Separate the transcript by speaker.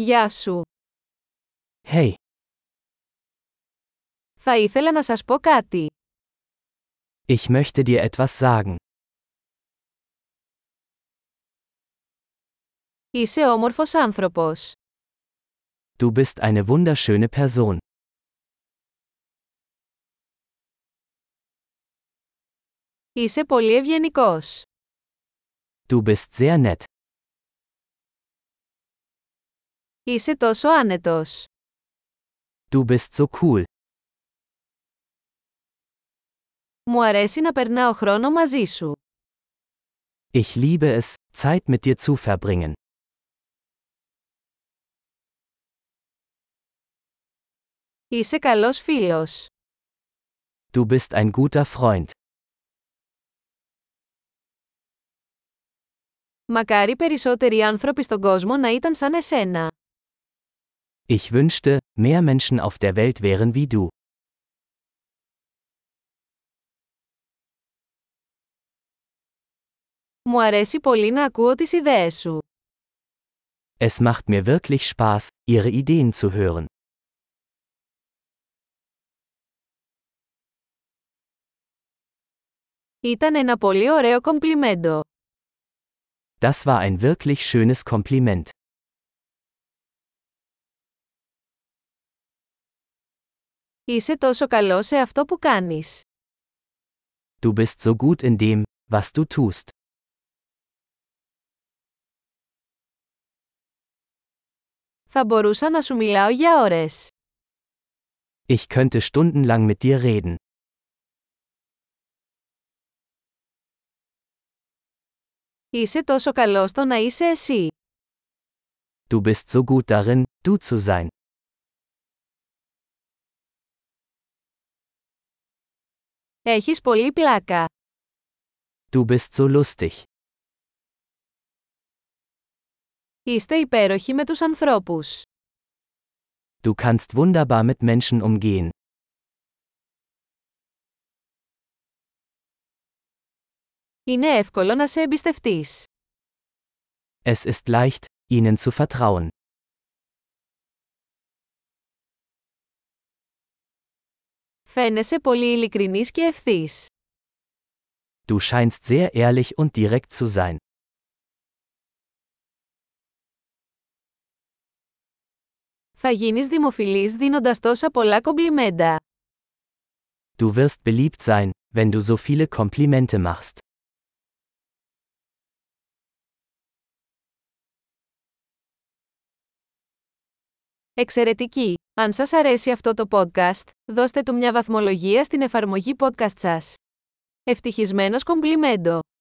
Speaker 1: Γεια σου.
Speaker 2: Hey,
Speaker 1: Θα ήθελα να σας πω κάτι.
Speaker 2: ich möchte dir etwas sagen.
Speaker 1: Είσαι όμορφος άνθρωπος.
Speaker 2: Du bist eine wunderschöne Person.
Speaker 1: Είσαι πολύ ευγενικός.
Speaker 2: Du bist sehr nett.
Speaker 1: Είσαι τόσο άνετος.
Speaker 2: Du bist so cool.
Speaker 1: Μου αρέσει να περνάω χρόνο μαζί σου.
Speaker 2: Ich liebe es, Zeit mit dir zu verbringen.
Speaker 1: Είσαι καλός φίλος.
Speaker 2: Du bist ein guter Freund.
Speaker 1: Μακάρι περισσότεροι άνθρωποι στον κόσμο να ήταν σαν εσένα.
Speaker 2: Ich wünschte, mehr Menschen auf der Welt wären wie du.
Speaker 1: Μου αρέσει πολύ να ακούω τις ιδέες σου.
Speaker 2: Es macht mir wirklich Spaß, ihre Ideen zu hören.
Speaker 1: Ήταν ένα πολύ ωραίο κομπλιμέντο.
Speaker 2: Das war ein wirklich schönes Kompliment.
Speaker 1: Είσαι τόσο καλό σε αυτό που κάνεις.
Speaker 2: Du bist so gut in dem, was du tust.
Speaker 1: Θα μπορούσα να σου μιλάω για ώρες.
Speaker 2: Ich könnte stundenlang mit dir reden.
Speaker 1: Είσαι τόσο καλό στο να είσαι εσύ.
Speaker 2: Du bist so gut darin, du zu sein.
Speaker 1: Έχεις πολύ πλάκα.
Speaker 2: Du bist so lustig.
Speaker 1: Είστε υπέροχοι με τους ανθρώπους.
Speaker 2: Du kannst wunderbar mit Menschen umgehen.
Speaker 1: Είναι εύκολο να σε εμπιστευτείς.
Speaker 2: Es ist leicht, ihnen zu vertrauen.
Speaker 1: Φαίνεσαι πολύ ειλικρινής και ευθύς.
Speaker 2: Du scheinst sehr ehrlich und direkt zu sein.
Speaker 1: Θα γίνεις δημοφιλής δίνοντας τόσα πολλά κομπλιμέντα.
Speaker 2: Du wirst beliebt sein, wenn du so viele Komplimente machst.
Speaker 1: Εξαιρετική! Αν σας αρέσει αυτό το podcast, δώστε του μια βαθμολογία στην εφαρμογή podcast σας. Ευτυχισμένος κομπλιμέντο!